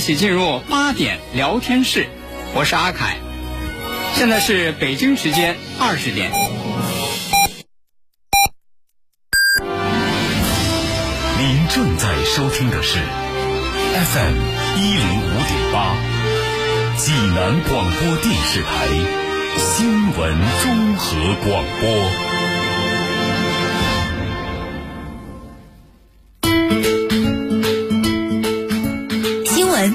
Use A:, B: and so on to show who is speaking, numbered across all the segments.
A: 起进入八点聊天室，我是阿凯。现在是北京时间二十点。
B: 您正在收听的是 FM 一零五点八，济南广播电视台新闻综合广播。
C: 新闻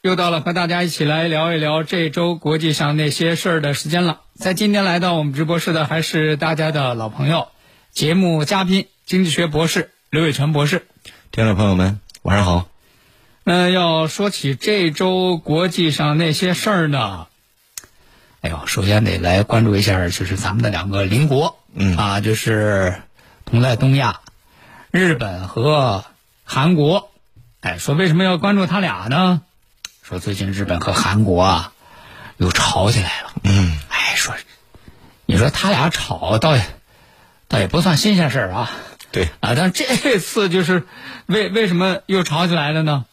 A: 又到了和大家一起来聊一聊这周国际上那些事儿的时间了。在今天来到我们直播室的还是大家的老朋友，节目嘉宾经济学博士刘伟成博士。
D: 听众朋友们，晚上好。
A: 那要说起这周国际上那些事儿呢，哎呦，首先得来关注一下，就是咱们的两个邻国，嗯啊，就是同在东亚，日本和韩国。哎，说为什么要关注他俩呢？说最近日本和韩国啊又吵起来了。嗯，哎，说你说他俩吵倒也倒也不算新鲜事儿啊。
D: 对，
A: 啊，但这次就是为为什么又吵起来了呢？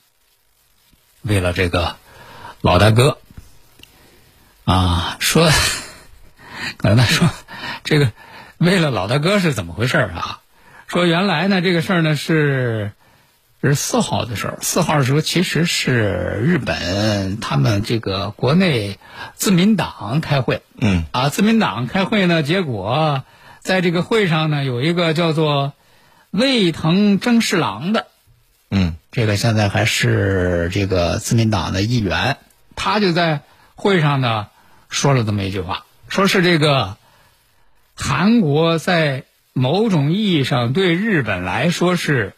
A: 为了这个老大哥啊，说可能他说这个为了老大哥是怎么回事儿啊？说原来呢这个事儿呢是是四号的时候，四号的时候其实是日本他们这个国内自民党开会，
D: 嗯
A: 啊，自民党开会呢，结果在这个会上呢，有一个叫做卫藤征士郎的，
D: 嗯
A: 这个现在还是这个自民党的议员，他就在会上呢说了这么一句话，说是这个韩国在某种意义上对日本来说是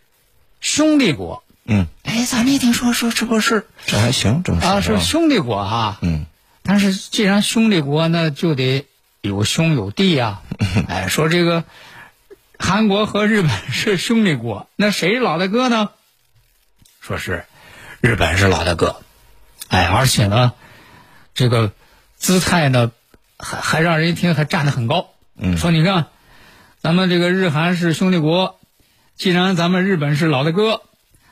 A: 兄弟国。
D: 嗯，
A: 哎，咱们一听说说这不是
D: 这还行，这么说
A: 啊，是兄弟国哈、
D: 嗯
A: 但是既然兄弟国，那就得有兄有弟 啊。哎，说这个韩国和日本是兄弟国，那谁是老大哥呢？说是日本是老大哥，哎，而且呢，这个姿态呢，还还让人一听还站得很高。
D: 嗯
A: 说你看，咱们这个日韩是兄弟国，既然咱们日本是老大哥，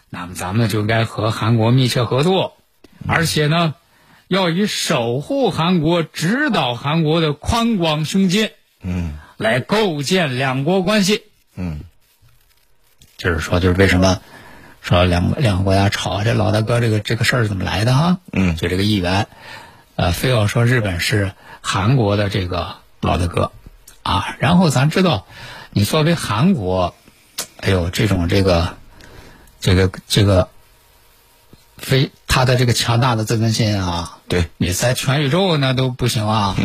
A: 那么咱们就该和韩国密切合作，
D: 嗯
A: 而且呢，要以守护韩国、指导韩国的宽广胸襟
D: 嗯
A: 来构建两国关系。
D: 嗯
A: 就是说，就是为什么说两个两个国家吵啊这老大哥这个这个事儿怎么来的哈？
D: 嗯
A: 就这个议员，呃，非要说日本是韩国的这个老大哥啊。然后咱知道，你作为韩国，哎呦，这种这个这个这个非他的这个强大的自尊心啊，
D: 对，
A: 你在全宇宙那都不行啊！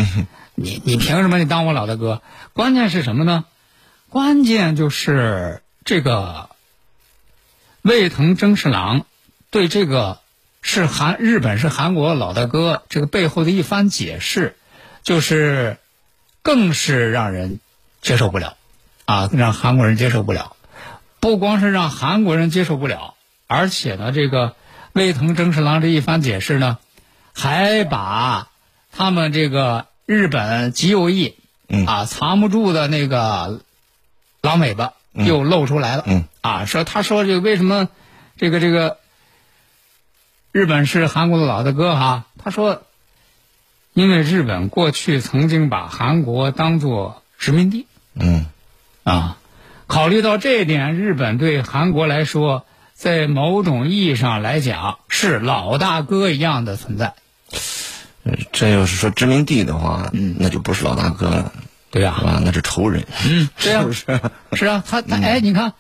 A: 你你凭什么你当我老大哥？关键是什么呢？关键就是这个卫藤征士郎对这个是韩日本是韩国老大哥这个背后的一番解释，就是更是让人接受不了啊，让韩国人接受不了。不光是让韩国人接受不了，而且呢，这个卫藤征士郎这一番解释呢，还把他们这个日本极右翼、
D: 嗯
A: 啊藏不住的那个狼尾巴又露出来了。
D: 嗯
A: 啊，说他说这个为什么这个这个日本是韩国的老大哥哈、他说，因为日本过去曾经把韩国当做殖民地。
D: 嗯
A: 啊，考虑到这一点，日本对韩国来说，在某种意义上来讲是老大哥一样的存在。
D: 呃这要是说殖民地的话，
A: 嗯
D: 那就不是老大哥了，
A: 对呀、
D: 是吧？那是仇人，
A: 嗯，对呀、
D: 是不是？嗯
A: 是啊，他他哎，你看，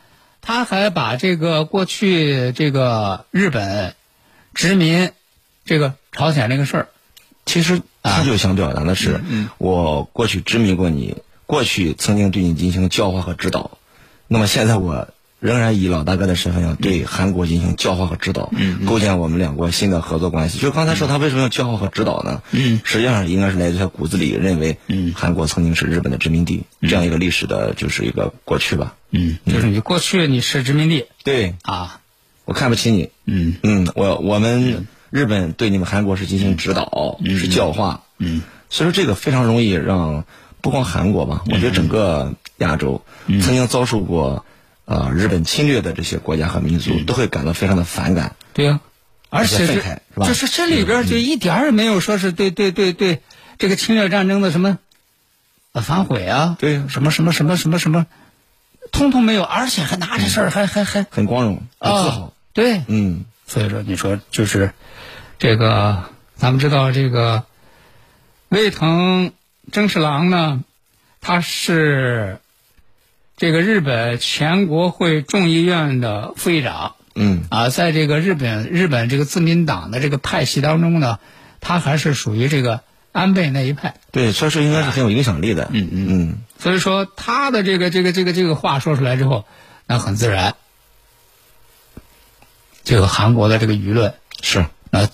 A: 他还把这个过去这个日本殖民这个朝鲜这个事儿，
D: 其实他就想表达的是，我过去殖民过你，过去曾经对你进行教化和指导，那么现在我仍然以老大哥的身份要对韩国进行教化和指导，构建我们两国新的合作关系。就刚才说他为什么要教化和指导呢？
E: 嗯
D: 实际上应该是来自他骨子里认为，韩国曾经是日本的殖民地，这样一个历史的，就是一个过去吧。
E: 嗯
A: 就是你过去你是殖民地
D: 对，
A: 啊，
D: 我看不起你，
E: 嗯
D: 嗯，我我们日本对你们韩国是进行指导，是教化，
E: 嗯
D: 所以说这个非常容易让不光韩国吧，
A: 嗯
D: 我觉得整个亚洲曾经遭受过呃日本侵略的这些国家和民
A: 嗯
D: 族都会感到非常的反感。
A: 对啊，而
D: 比
A: 且
D: 较
A: 这
D: 愤慨是吧嗯
A: 就是这里边就一点儿也没有说是对对对对这个侵略战争的什么呃反悔啊，
D: 对啊
A: 什么什么什么什么什么，通通没有，而且还拿这事儿还还还
D: 很光荣，很自豪。
A: 啊，对，
D: 嗯
A: 所以说你说就是这个，咱们知道这个卫藤征士郎呢，他是这个日本全国会众议院的副议长
D: 嗯
A: 啊，在这个日本日本这个自民党的这个派系当中呢，他还是属于这个安倍那一派，
D: 对，所以说应该是很有影响力的。嗯嗯
A: 所以说他的这个这个这个这个话说出来之后，那很自然，这个韩国的这个舆论。
D: 是
A: 那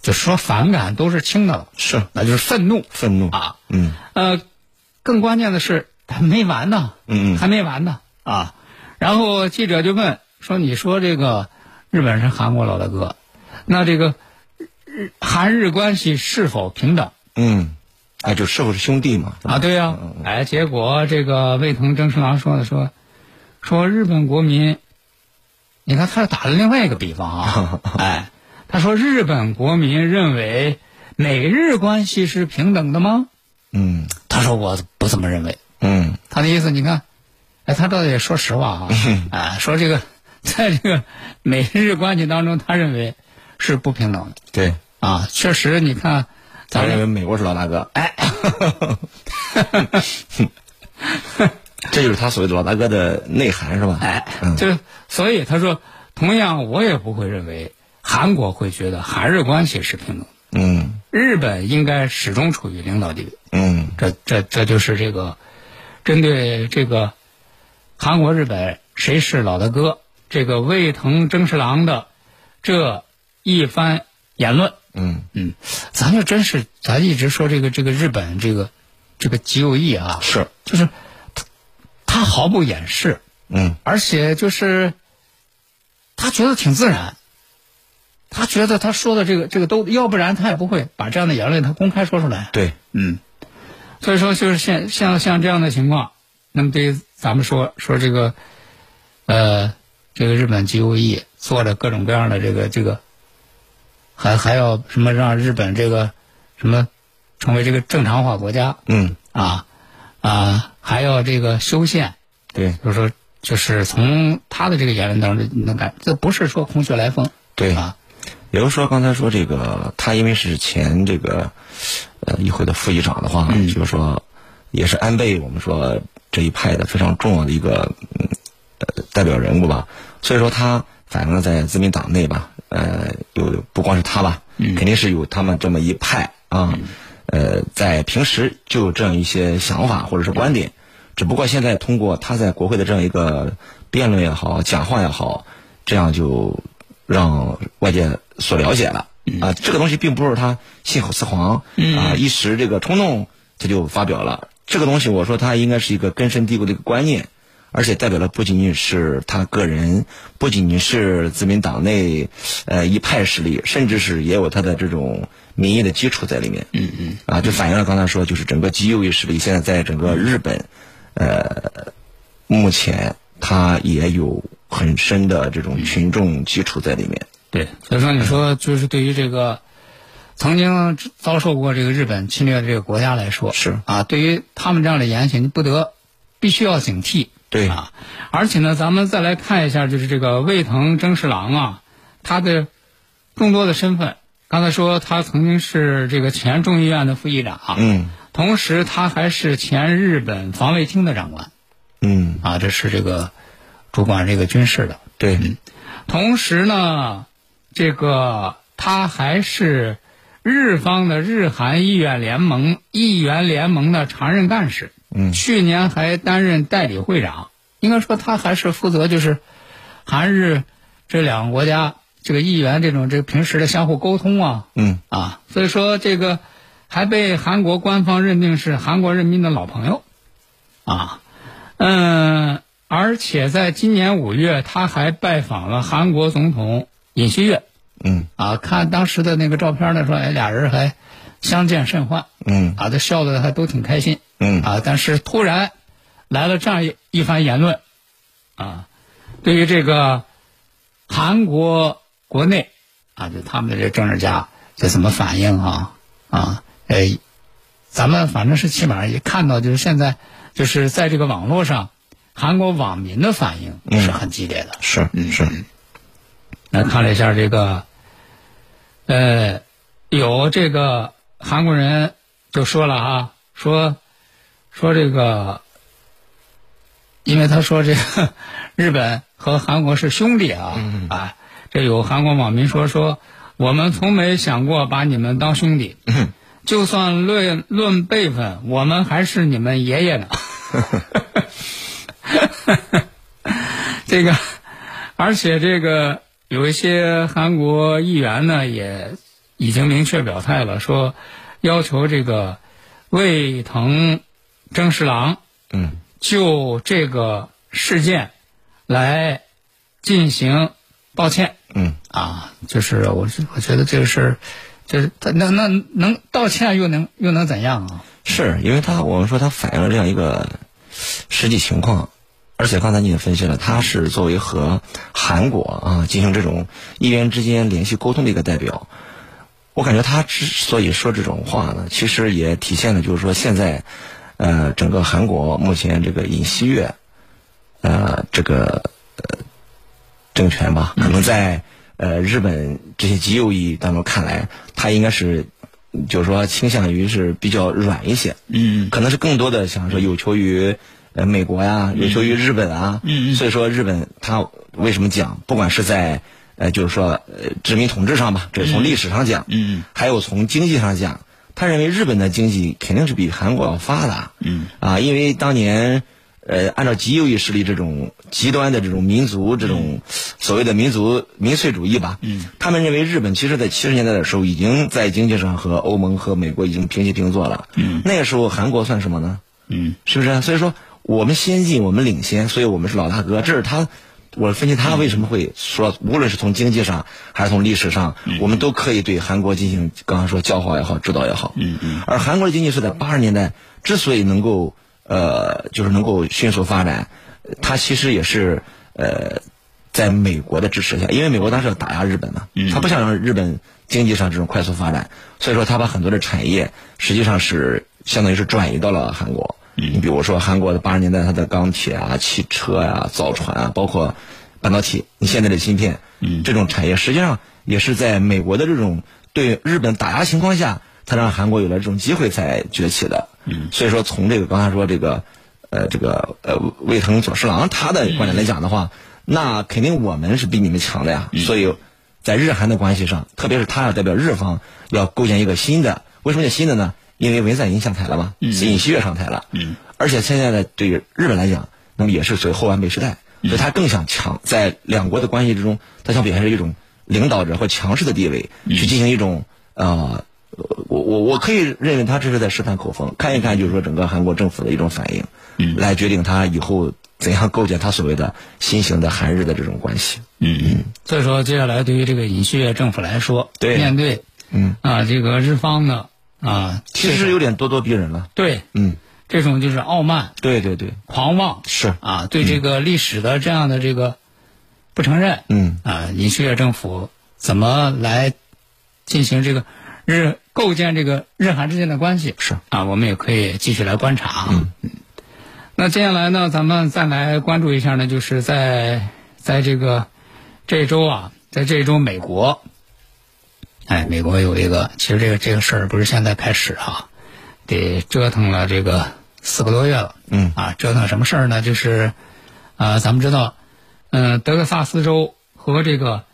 A: 就说反感都是轻的了，
D: 是，
A: 那就是愤怒
D: 愤怒。
A: 啊。
D: 嗯
A: 呃，更关键的是还没完呢，
D: 嗯嗯
A: 还没完呢啊。然后记者就问说：“你说这个日本是韩国老大哥，那这个日韩日关系是否平等
D: 嗯，哎，就是否是兄弟嘛？
A: 啊？”对呀、哎，结果这个卫藤征士郎说的说说日本国民，你看他打了另外一个比方啊， 哎，他说日本国民认为美日关系是平等的吗？
D: 嗯
A: 他说我不这么认为。
D: 嗯
A: 他的意思，你看，哎，他倒也说实话啊，啊，说这个， 在这个美日关系当中，他认为是不平等的
D: 对，
A: 啊。确实，你看，
D: 咱
A: 咱
D: 认
A: 们
D: 为美国是老大哥。哎， 这就是他所谓的老大哥的内涵是吧？
A: 哎，
D: 嗯
A: 就是所以他说，同样我也不会认为韩国会觉得韩日关系是平等的，
D: 嗯
A: 日本应该始终处于领导地位。
D: 嗯
A: 这这这就是这个针对这个韩国、日本谁是老大哥这个卫藤征士郎的这一番言论，
D: 嗯，
A: 咱就真是咱一直说这个这个日本这个这个极右翼啊，
D: 是，
A: 就是他他毫不掩饰，
D: 嗯
A: 而且就是他觉得挺自然。他觉得他说的这个这个都，要不然他也不会把这样的言论他公开说出来。
D: 对，
E: 嗯
A: 所以说，就是像像像这样的情况，那么对于咱们说说这个，呃，这个日本 GOE 做着各种各样的这个这个，还还要什么让日本这个什么成为这个正常化国家
D: 嗯
A: 啊啊，还要这个修宪，
D: 对
A: 就是说就是从他的这个言论当中能感，这不是说空穴来风
D: 对。
A: 啊，
D: 也就是说，刚才说这个，他因为是前这个呃议会的副议长的话，就是说也是安倍我们说这一派的非常重要的一个嗯呃代表人物吧。所以说他反正在自民党内吧，呃，有不光是他吧，肯定是有他们这么一派啊，呃，在平时就有这样一些想法或者是观点，只不过现在通过他在国会的这样一个辩论也好，讲话也好，这样就让外界所了解了。啊，这个东西并不是他信口雌黄，啊，一时这个冲动他就发表了。这个东西，我说他应该是一个根深蒂固的一个观念，而且代表的不仅仅是他个人，不仅仅是自民党内呃一派势力，甚至是也有他的这种民意的基础在里面。嗯嗯。啊，就反映了刚才说，就是整个极右翼势力现在在整个日本，呃，目前它也有很深的这种群众基础在里面。
A: 对，所以说你说就是对于这个曾经遭受过这个日本侵略的这个国家来说，
D: 是
A: 啊，对于他们这样的言行，你不得必须要警惕。
D: 对
A: 啊，而且呢，咱们再来看一下，就是这个卫藤征士郎啊，他的众多的身份。刚才说他曾经是这个前众议院的副议长，啊
D: 嗯
A: 同时他还是前日本防卫厅的长官
D: 嗯，
A: 啊，这是这个主管这个军事的。
D: 对，
A: 同时呢，这个他还是日方的日韩议员联盟议员联盟的常任干事，
D: 嗯
A: 去年还担任代理会长，应该说他还是负责就是韩日这两个国家这个议员这种这平时的相互沟通啊，
D: 嗯
A: 啊，所以说这个还被韩国官方认定是韩国人民的老朋友，啊，嗯，而且在今年五月，他还拜访了韩国总统尹锡悦，
D: 嗯
A: 啊，看当时的那个照片呢，说哎俩人还相见甚欢，
D: 嗯
A: 啊，这笑的还都挺开心，
D: 嗯
A: 啊，但是突然来了这样一一番言论，啊，对于这个韩国国内啊，就他们的这政治家这怎么反应啊啊，哎，咱们反正是起码也看到，就是现在就是在这个网络上，韩国网民的反应是很激烈的。
D: 是是
A: 来看了一下这个，呃，有这个韩国人就说了啊，说说这个，因为他说这个 日本和韩国是兄弟啊、啊，这有韩国网民说说我们从没想过把你们当兄弟，就算论论辈分，我们还是你们爷爷呢。这个，而且这个有一些韩国议员呢，也已经明确表态了，说要求这个卫藤征十郎
D: 嗯
A: 就这个事件来进行道歉
D: 嗯
A: 啊，就是我是我觉得这个事儿，就是他那那能道歉又能又能怎样啊？
D: 是因为他我们说他反映了这样一个实际情况，而且刚才你也分析了，他是作为和韩国啊进行这种议员之间联系沟通的一个代表。我感觉他之所以说这种话呢，其实也体现了就是说现在，呃，整个韩国目前这个尹锡悦，呃，这个呃政权吧，可能在呃日本这些极右翼当中看来，他应该是就是说倾向于是比较软一些，
F: 嗯
D: 可能是更多的想说有求于呃美国呀，有求于日本啊，
F: 嗯嗯
D: 所以说日本它为什么讲，不管是在呃就是说呃殖民统治上吧，这是从历史上讲，
F: 嗯
D: 还有从经济上讲，他认为日本的经济肯定是比韩国要发达，
F: 嗯
D: 啊，因为当年。呃，按照极右翼势力这种极端的这种民族这种所谓的民族民粹主义吧，
F: 嗯，
D: 他们认为日本其实在七十年代的时候已经在经济上和欧盟和美国已经平起平坐了，
F: 嗯
D: 那个时候韩国算什么呢？
F: 嗯
D: 是不是？所以说我们先进，我们领先，所以我们是老大哥。这是他，我分析他为什么会说，无论是从经济上还是从历史上，
F: 嗯
D: 我们都可以对韩国进行刚刚说教化也好，指导也好。
F: 嗯嗯
D: 而韩国的经济是在八十年代之所以能够呃，就是能够迅速发展，呃它其实也是呃，在美国的支持下，因为美国当时要打压日本嘛，
F: 嗯
D: 他不想让日本经济上这种快速发展，所以说他把很多的产业实际上是相当于是转移到了韩国。你比如说韩国的八十年代，它的钢铁啊、汽车啊、造船啊，包括半导体，你现在的芯片，
F: 嗯
D: 这种产业实际上也是在美国的这种对日本打压情况下，才让韩国有了这种机会才崛起的。嗯，所以说从这个刚才说这个，呃，这个呃卫藤佐侍郎他的观点来讲的话，那肯定我们是比你们强的呀。所以在日韩的关系上，特别是他要代表日方要构建一个新的，为什么叫新的呢？因为文在寅下台了嘛，尹锡悦上台了，
F: 嗯，
D: 而且现在呢，对于日本来讲，那么也是属于后安倍时代，所以他更想强在两国的关系之中，他想表现出一种领导者或强势的地位，去进行一种呃，我我我可以认为他这是在试探口风，看一看就是说整个韩国政府的一种反应，
F: 嗯
D: 来决定他以后怎样构建他所谓的新型的韩日的这种关系。
F: 嗯
A: 所以说，接下来对于这个尹锡悦政府来说，
D: 对
A: 面对
D: 嗯，
A: 啊这个日方呢啊，
D: 其实有点咄咄逼人了。
A: 对
D: 嗯，
A: 这种就是傲慢、
D: 对对对，
A: 狂妄，
D: 是，
A: 啊，对这个历史的这样的这个不承认，
D: 嗯
A: 啊，尹锡悦政府怎么来进行这个日构建这个日韩之间的关系？
D: 是
A: 啊，我们也可以继续来观察啊。嗯那接下来呢，咱们再来关注一下呢，就是在在这个这周啊，在这周美国，哎，美国有一个，其实这个这个事儿不是现在开始啊，得折腾了这个四个多月了。
D: 嗯
A: 啊，折腾什么事儿呢？就是，呃，咱们知道，嗯、德克萨斯州和这个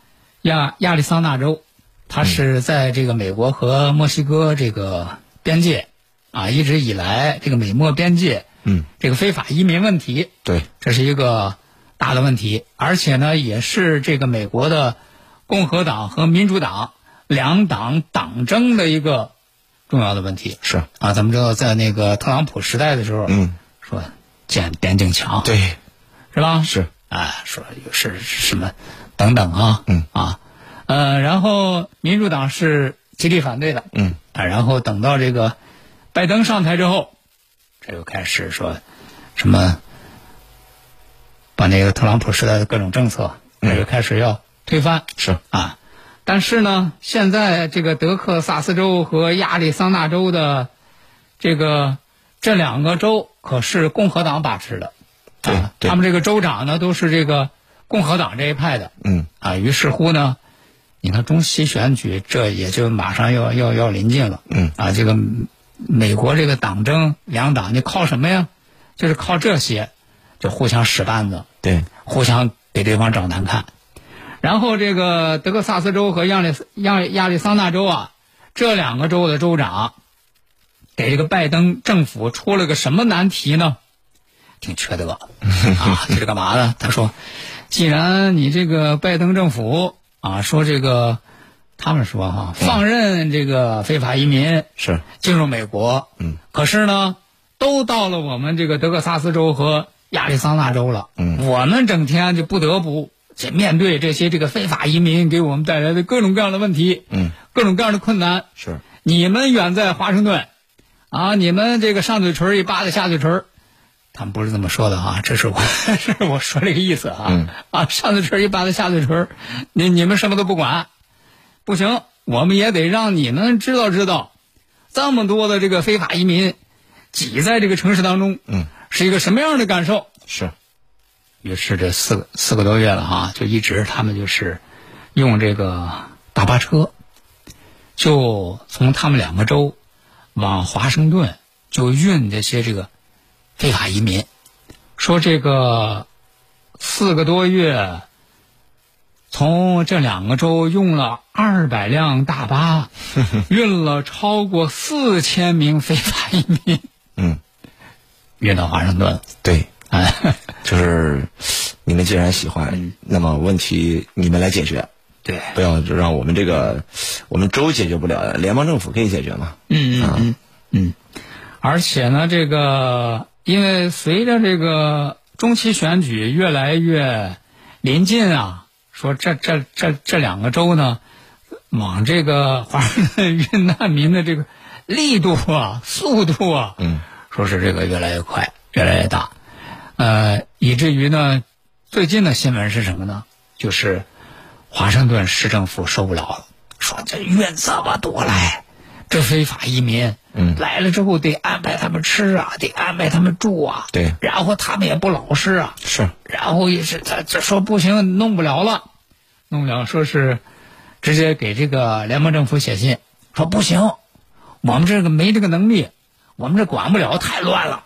A: 亚亚利桑那州，它是在这个美国和墨西哥这个边界啊，一直以来这个美墨边界
D: 嗯，
A: 这个非法移民问题，
D: 对，
A: 这是一个大的问题，而且呢，也是这个美国的共和党和民主党两党党争的一个重要的问题。
D: 是，
A: 啊，咱们知道，在那个特朗普时代的时候，
D: 嗯，
A: 说建边境墙，，
D: 对，
A: 是吧？
D: 是，
A: 啊，说是什么等等啊，
D: 嗯
A: 啊，呃，然后民主党是极力反对的，
D: 嗯，
A: 啊，然后等到这个拜登上台之后，这又开始说什么把那个特朗普时代的各种政策，这就开始要推翻，
D: 嗯是，
A: 啊。但是呢，现在这个德克萨斯州和亚利桑那州的这个这两个州可是共和党把持的，
D: 对
A: 啊
D: 对
A: 他们这个州长呢都是这个共和党这一派的，
D: 嗯，
A: 啊，于是乎呢，你看中期选举这也就马上要要要临近了，
D: 嗯，
A: 啊，这个美国这个党争两党，你靠什么呀？就是靠这些，就互相使绊子，
D: 对，
A: 互相给对方找难看。然后这个德克萨斯州和亚利亚亚利桑那州啊，这两个州的州长给这个拜登政府出了个什么难题呢？挺缺德啊！ 这是干嘛呢？他说，既然你这个拜登政府啊，说这个他们说哈、放任这个非法移民
D: 是，
A: 进入美国，
D: 嗯，
A: 可是呢，都到了我们这个德克萨斯州和亚利桑那州了，
D: 嗯
A: 我们整天就不得不这面对这些这个非法移民给我们带来的各种各样的问题，
D: 嗯，
A: 各种各样的困难。
D: 是，
A: 你们远在华盛顿，啊，你们这个上嘴唇一扒拉下嘴唇儿，他们不是这么说的啊，这是我 这是我说这个意思啊、
D: 嗯
A: 啊，上嘴唇一扒拉下嘴唇儿，你你们什么都不管，不行，我们也得让你们知道知道，这么多的这个非法移民挤在这个城市当中，
D: 嗯，
A: 是一个什么样的感受？
D: 是，
A: 于是这四个四个多月了哈、就一直他们就是用这个大巴车，就从他们两个州往华盛顿就运这些这个非法移民。说这个四个多月，从这两个州用了二百辆大巴，运了超过四千名非法移民
D: 嗯，
A: 运到华盛顿了。
D: 对，
A: 哎，
D: 就是你们既然喜欢，那么问题你们来解决，
A: 对，
D: 不要让我们这个我们州解决不了，联邦政府可以解决嘛。
A: 嗯嗯嗯嗯，而且呢，这个因为随着这个中期选举越来越临近啊，说这这这这两个州呢，往这个华盛 顿运难民的这个力度啊、速度啊，
D: 嗯，
A: 说是这个越来越快，越来越大，呃，以至于呢，最近的新闻是什么呢？就是华盛顿市政府受不了了，说这运这么多来，这非法移民，
D: 嗯
A: 来了之后得安排他们吃啊，得安排他们住啊，
D: 对
A: 然后他们也不老实啊，
D: 是，
A: 然后也是他这说不行，弄不了了，弄不了，说是直接给这个联邦政府写信，说不行，我们这个没这个能力，我们这管不了，太乱了，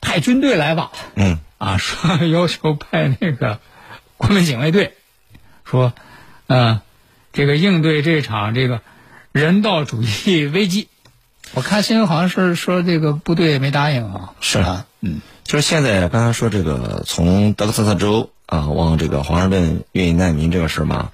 A: 派军队来吧。
D: 嗯，
A: 啊，说 要求派那个国民警卫队，说，呃，这个应对这场这个人道主义危机。我看新闻好像是说这个部队也没答应啊。
D: 是
A: 啊，嗯，
D: 就是现在刚才说这个从德克萨斯州啊往这个华盛顿运难民这个事儿嘛，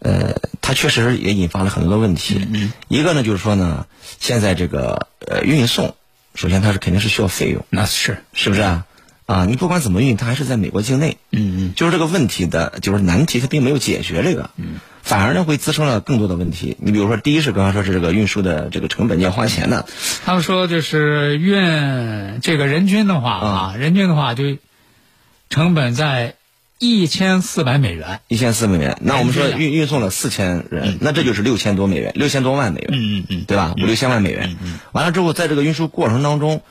D: 呃，它确实也引发了很多的问题。一个呢就是说呢，现在这个呃运送，首先它是肯定是需要费用，
A: 那是，
D: 是不是啊？啊，你不管怎么运，它还是在美国境内。
A: 嗯嗯，
D: 就是这个问题的，就是难题，它并没有解决这个，
A: 嗯
D: 反而呢会滋生了更多的问题。你比如说，第一是刚刚说是这个运输的这个成本，你要花钱的，
A: 他们说就是运这个人均的话啊，人均的话就成本在一千四百美元。
D: 一千四美元。那我们说
A: 是的
D: 运运送了四千人，那这就是六千多美元，六千多万美元，
A: 嗯嗯
D: 对吧？五六千万美元。完了之后，在这个运输过程当中，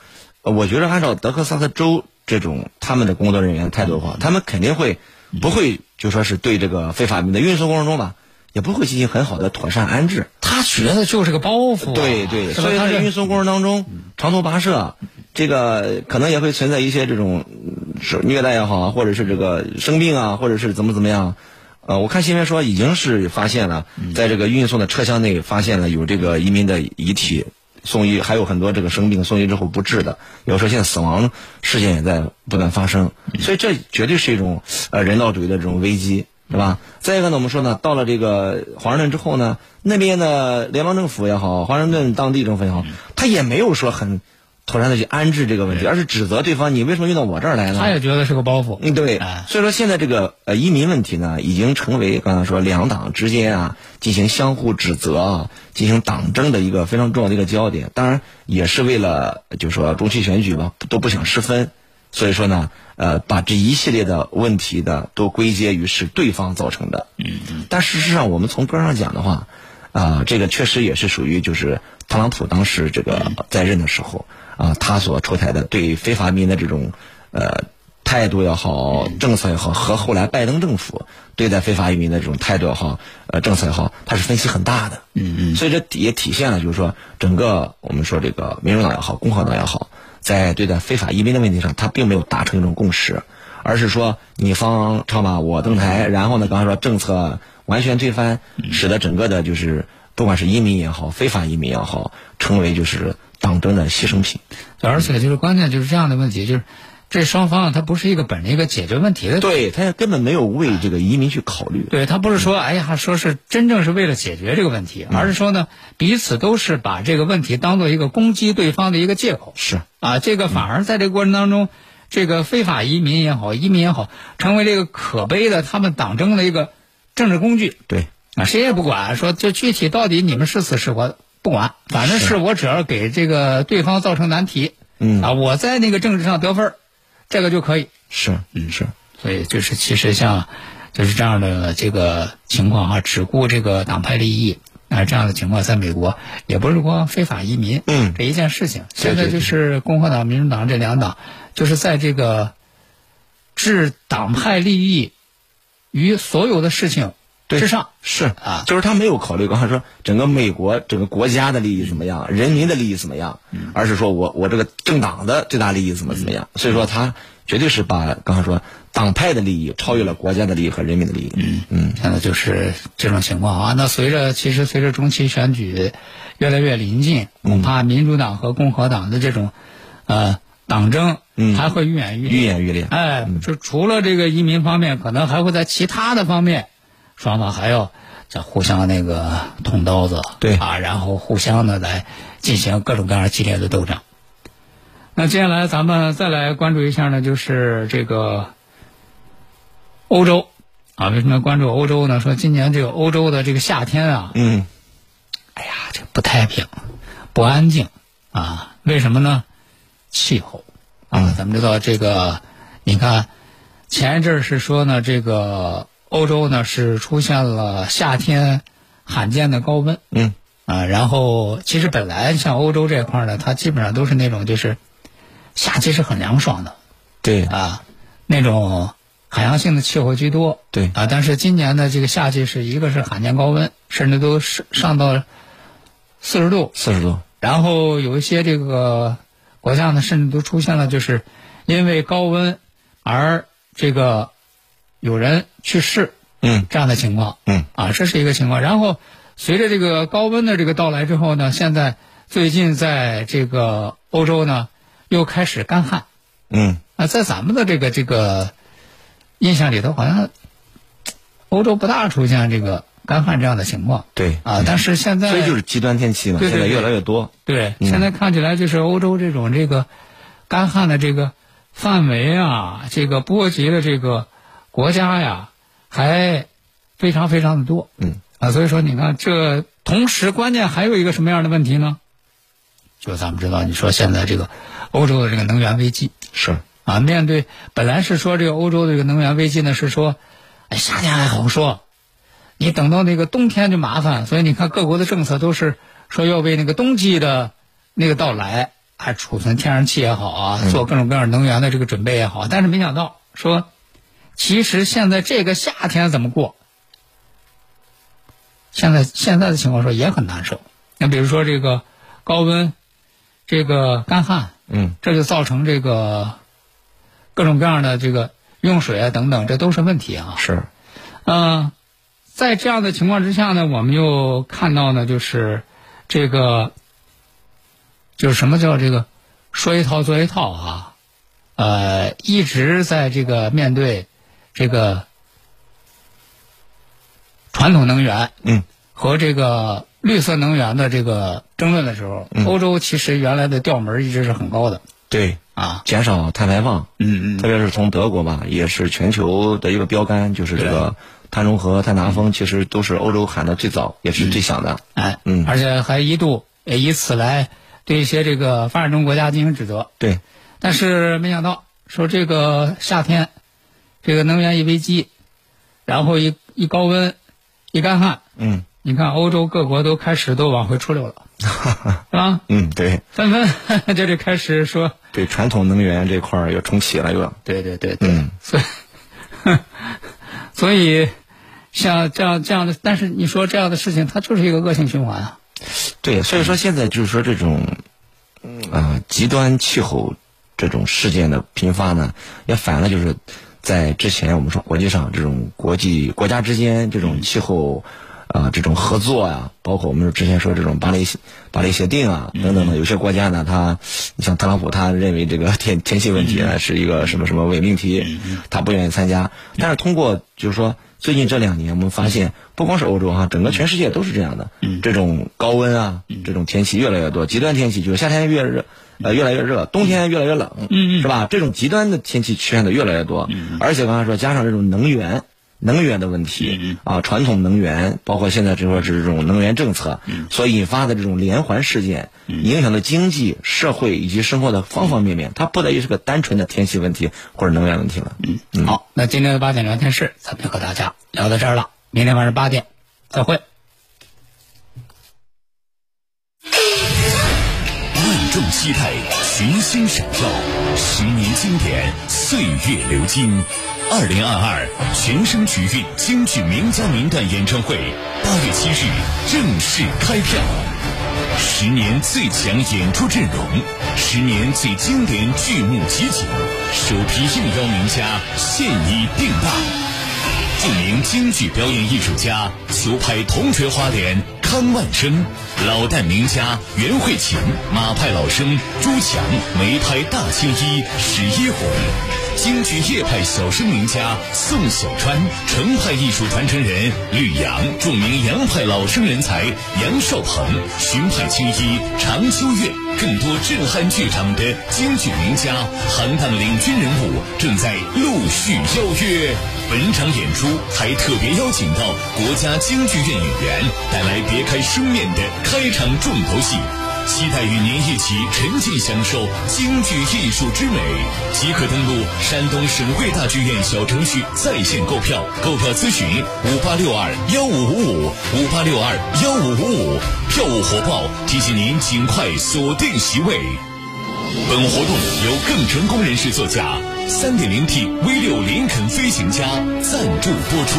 D: 呃我觉得按照德克萨斯州这种他们的工作人员态度的话，他们肯定会不会就说是对这个非法移民的运送过程中吧，也不会进行很好的妥善安置。
A: 他觉得就是个包袱啊、
D: 对对，
A: 是吧
D: 所以
A: 他
D: 在
A: 是
D: 运送过程当中，长途跋涉，这个可能也会存在一些这种嗯是虐待也好啊，或者是这个生病啊，或者是怎么怎么样。呃，我看新闻说嗯已经是发现了，在这个运送的车厢内发现了有这个移民的遗体，送医，还有很多这个生病送医之后不治的，有时候现在死亡事件也在不断发生，所以这绝对是一种呃人道主义的这种危机，是吧？再一个呢，我们说呢，到了这个华盛顿之后呢，那边的联邦政府也好，华盛顿当地政府也好，
A: 嗯
D: 他也没有说很妥善的去安置这个问题，而是指责对方你为什么运到我这儿来呢？
A: 他也觉得是个包袱。
D: 嗯，对
A: 哎，
D: 所以说现在这个呃移民问题呢，已经成为刚才说两党之间啊进行相互指责啊、进行党争的一个非常重要的一个焦点。当然，也是为了就说中期选举吧，都不想失分，所以说呢，呃，把这一系列的问题的都归结于是对方造成的。嗯，但事实上，我们从根儿上讲的话，啊、这个确实也是属于就是特朗普当时这个在任的时候啊、他所出台的对非法移民的这种呃态度也好，政策也好，和后来拜登政府对待非法移民的这种态度也好，呃，政策也好，它是分歧很大的。嗯嗯。所以这也体现了，就是说，整个我们说这个民主党也好，共和党也好，在对待非法移民的问题上，它并没有达成一种共识，而是说你方唱罢我登台，然后呢，刚才说政策完全推翻，使得整个的就是不管是移民也好，非法移民也好，成为就是党争的牺牲品。
A: 而且就是关键就是这样的问题，就是这双方啊，他不是一个本着一个解决问题的，
D: 对，他也根本没有为这个移民去考虑。
A: 对他不是说哎呀，说是真正是为了解决这个问题，而是说呢，彼此都是把这个问题当做一个攻击对方的一个借口。
D: 是。
A: 啊，这个反而在这个过程当中，这个非法移民也好，移民也好，成为这个可悲的他们党争的一个政治工具
D: 对，
A: 啊，谁也不管，说这具体到底你们是死是活不管，反正是我只要给这个对方造成难题，
D: 嗯
A: 啊，我在那个政治上得分儿，这个就可以。
D: 是，嗯，是，
A: 所以就是其实像就是这样的这个情况啊，只顾这个党派利益啊，这样的情况在美国也不是光非法移民，
D: 嗯
A: 这一件事情。
D: 对
A: 现在就是共和党、民主党这两党，就是在这个置党派利益于所有的事情
D: 对
A: 之上。
D: 是
A: 啊
D: 就是他没有考虑，刚才说整个美国整个国家的利益怎么样，人民的利益怎么样，
A: 嗯
D: 而是说我我这个政党的最大利益怎么怎么样，所以说他绝对是把刚才说党派的利益超越了国家的利益和人民的利益，嗯嗯，
A: 现在就是这种情况啊。那随着其实随着中期选举越来越临近，恐怕民主党和共和党的这种呃党争
D: 嗯
A: 还会愈演愈
D: 愈
A: 烈。
D: 演愈烈，
A: 哎，就除了这个移民方面，可能还会在其他的方面，双方还要再互相那个捅刀子，
D: 对
A: 啊，然后互相的来进行各种各样激烈的斗争。那接下来咱们再来关注一下呢，就是这个欧洲啊，为什么关注欧洲呢？说今年这个欧洲的这个夏天啊，
D: 嗯，
A: 哎呀，这不太平，不安静啊？为什么呢？气候啊，咱们知道这个，你看前一阵儿是说呢，这个欧洲呢是出现了夏天罕见的高温，
D: 嗯
A: 啊，然后其实本来像欧洲这块儿呢，它基本上都是那种就是夏季是很凉爽的，
D: 对，
A: 啊，那种海洋性的气候居多。
D: 对
A: 啊，但是今年的这个夏季是一个是罕见高温，甚至都上上到四十度，
D: 四十多，
A: 然后有一些这个国家呢，甚至都出现了就是因为高温而这个有人去世
D: 嗯
A: 这样的情况。
D: 嗯，
A: 啊，这是一个情况。然后随着这个高温的这个到来之后呢，现在最近在这个欧洲呢又开始干旱。
D: 嗯，
A: 啊，在咱们的这个这个印象里头，好像欧洲不大出现这个干旱这样的情况
D: 对，
A: 啊。但是现在，
D: 嗯所以就是极端天气嘛，
A: 对
D: 现
A: 对
D: 在
A: 对
D: 越来越多，
A: 对，
D: 嗯
A: 现在看起来就是欧洲这种这个干旱的这个范围啊，这个波及的这个国家呀，还非常非常的多。
D: 嗯
A: 啊，所以说你看，这同时关键还有一个什么样的问题呢？就咱们知道，你说现在这个欧洲的这个能源危机，
D: 是，
A: 啊，面对本来是说这个欧洲的这个能源危机呢，是说，哎，夏天还好说，你等到那个冬天就麻烦。所以你看各国的政策都是说要为那个冬季的那个到来，还储存天然气也好啊，做各种各样能源的这个准备也好。但是没想到说，其实现在这个夏天怎么过？现在现在的情况说也很难受。那比如说这个高温，这个干旱，
D: 嗯
A: 这就造成这个各种各样的这个用水啊等等，这都是问题啊。
D: 是，
A: 嗯，在这样的情况之下呢，我们又看到呢，就是这个就是什么叫这个说一套做一套啊，呃，一直在这个面对这个传统能源，
D: 嗯，
A: 和这个绿色能源的这个争论的时候，欧洲其实原来的调门儿一直是很高的
D: 对，
A: 啊，
D: 减少碳排放，
A: 嗯嗯，
D: 特别是从德国吧，也是全球的一个标杆，就是这个碳中和、碳达峰，其实都是欧洲喊的最早，也是最响的。
A: 哎，
D: 嗯
A: 而且还一度呃以此来对一些这个发展中国家进行指责，
D: 对，
A: 但是没想到说这个夏天，这个能源一危机，然后一一高温，一干旱，
D: 嗯
A: 你看欧洲各国都开始都往回出溜 了，是吧？
D: 嗯，对
A: 纷纷 就这开始说，
D: 对，传统能源这块儿又重启了，又
A: 对对对对，
D: 嗯，
A: 所以 所以像这样这样的，但是你说这样的事情，它就是一个恶性循环啊。
D: 对，所以说现在就是说这种，嗯啊，极端气候这种事件的频发呢，也反了就是在之前我们说国际上这种国际国家之间这种气候。啊，这种合作啊，包括我们之前说这种巴黎协巴黎协定啊等等的，有些国家呢，他你像特朗普，他认为这个天 天气问题呢是一个什么什么伪命题，他不愿意参加。但是通过就是说最近这两年，我们发现不光是欧洲哈、啊整个全世界都是这样的，嗯这种高温啊，这种天气越来越多，极端天气就是夏天越热。呃，越来越热，冬天越来越冷，嗯，是吧？这种极端的天气出现的越来越多，而且刚才说加上这种能源，能源的问题啊，传统能源，包括现在这块这种能源政策所引发的这种连环事件，影响的经济、社会以及生活的方方面面，它不再是个单纯的天气问题或者能源问题了。嗯
A: 好，那今天的八点聊天室，咱们就和大家聊到这儿了，明天晚上八点再会。
B: 万众期待，群星闪耀，十年经典，岁月流金。二零二二全声曲韵京剧名家名旦演唱会，八月七日正式开票。十年最强演出阵容，十年最经典剧目集锦，首批应邀名家现已定档。著名京剧表演艺术家、球拍铜锤花脸康万生，老旦名家袁慧琴、马派老生朱强，梅拍大青衣史一红，京剧叶派小生名家宋小川，程派艺术传承人吕阳，著名杨派老生人才杨少鹏，荀派青衣常秋月，更多震撼剧场的京剧名家、行当领军人物正在陆续邀约。本场演出还特别邀请到国家京剧院演员，带来别开生面的开场重头戏。期待与您一起沉浸享受京剧艺术之美，即可登录山东省会大剧院小程序在线购票，购票咨询五八六二幺五五五五八六二幺五五五，票务火爆，提醒您尽快锁定席位。本活动由更成功人士座驾三点零 T V 六林肯飞行家赞助播出。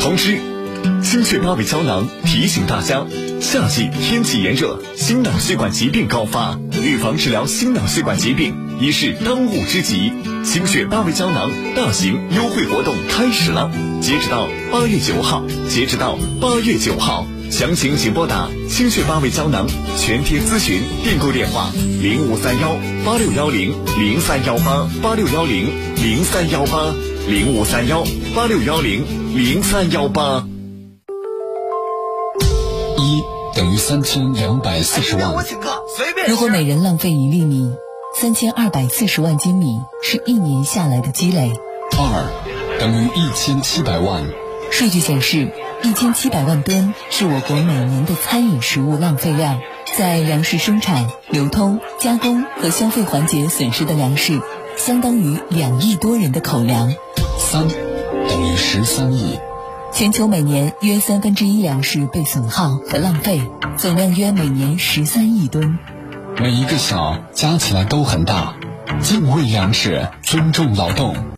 F: 通知：精确八味胶囊提醒大家，夏季天气炎热，心脑血管疾病高发，预防治疗心脑血管疾病已是当务之急。精确八味胶囊大型优惠活动开始了，截止到八月九号，截止到八月九号，详情请拨打精确八味胶囊全天咨询订购电话零五三幺八六幺零零三幺八八六幺零零三幺八零五三幺八六幺零零三幺八。
B: 一等于三千两百四十万。
C: 如果每人浪费一粒米，三千二百四十万斤米是一年下来的积累。
B: 二等于一千七百万。
C: 数据显示，一千七百万吨是我国每年的餐饮食物浪费量。在粮食生产、流通、加工和消费环节损失的粮食，相当于两亿多人的口粮。
B: 三等于十三亿。
C: 全球每年约三分之一粮食被损耗和浪费，总量约每年十三亿吨。
F: 每一个小加起来都很大。敬畏粮食，尊重劳动。